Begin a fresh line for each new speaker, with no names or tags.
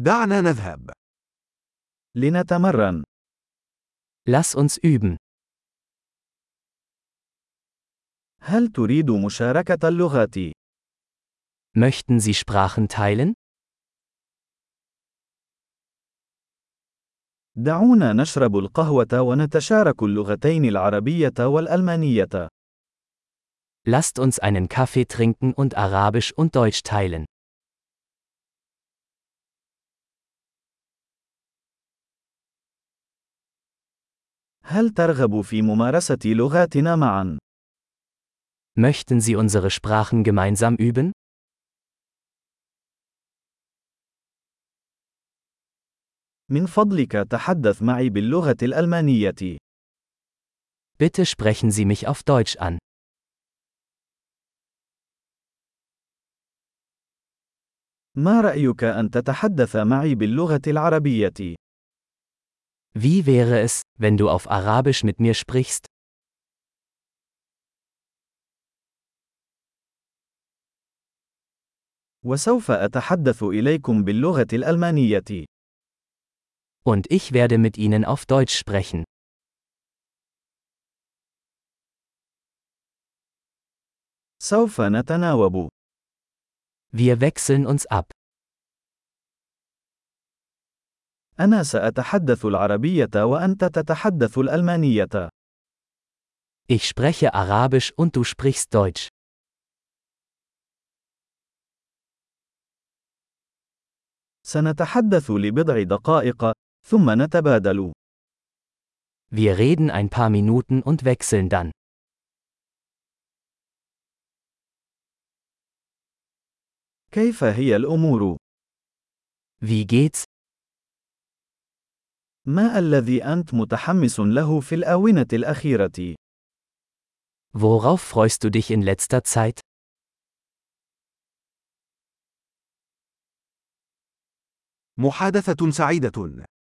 دعنا نذهب.
لنتمرن.
Lass uns üben.
هل تريد مشاركة اللغات؟
Möchten Sie Sprachen teilen?
دعونا نشرب القهوة ونتشارك اللغتين العربية والألمانية.
Lasst uns einen Kaffee trinken und Arabisch und Deutsch teilen.
هل ترغب في ممارسة لغاتنا معا؟
Möchten Sie unsere Sprachen gemeinsam üben?
من فضلك تحدث معي باللغة الألمانية.
Bitte sprechen Sie mich auf Deutsch an.
ما رأيك أن تتحدث معي باللغة العربية؟
Wie wäre es, wenn du auf Arabisch mit mir sprichst?
وسوف أتحدث إليكم باللغة الألمانية.
Und ich werde mit ihnen auf Deutsch sprechen.
سوف نتناوب.
Wir wechseln uns ab.
أنا سأتحدث العربية وأنت تتحدث الألمانية.
Ich spreche Arabisch und du sprichst Deutsch.
سنتحدث لبضع دقائق، ثم نتبادل.
Wir reden ein paar Minuten und wechseln dann.
كيف هي الأمور؟
Wie geht's?
ما الذي أنت متحمس له في الآونة الأخيرة؟
Worauf freust du dich in letzter Zeit?
محادثة سعيدة.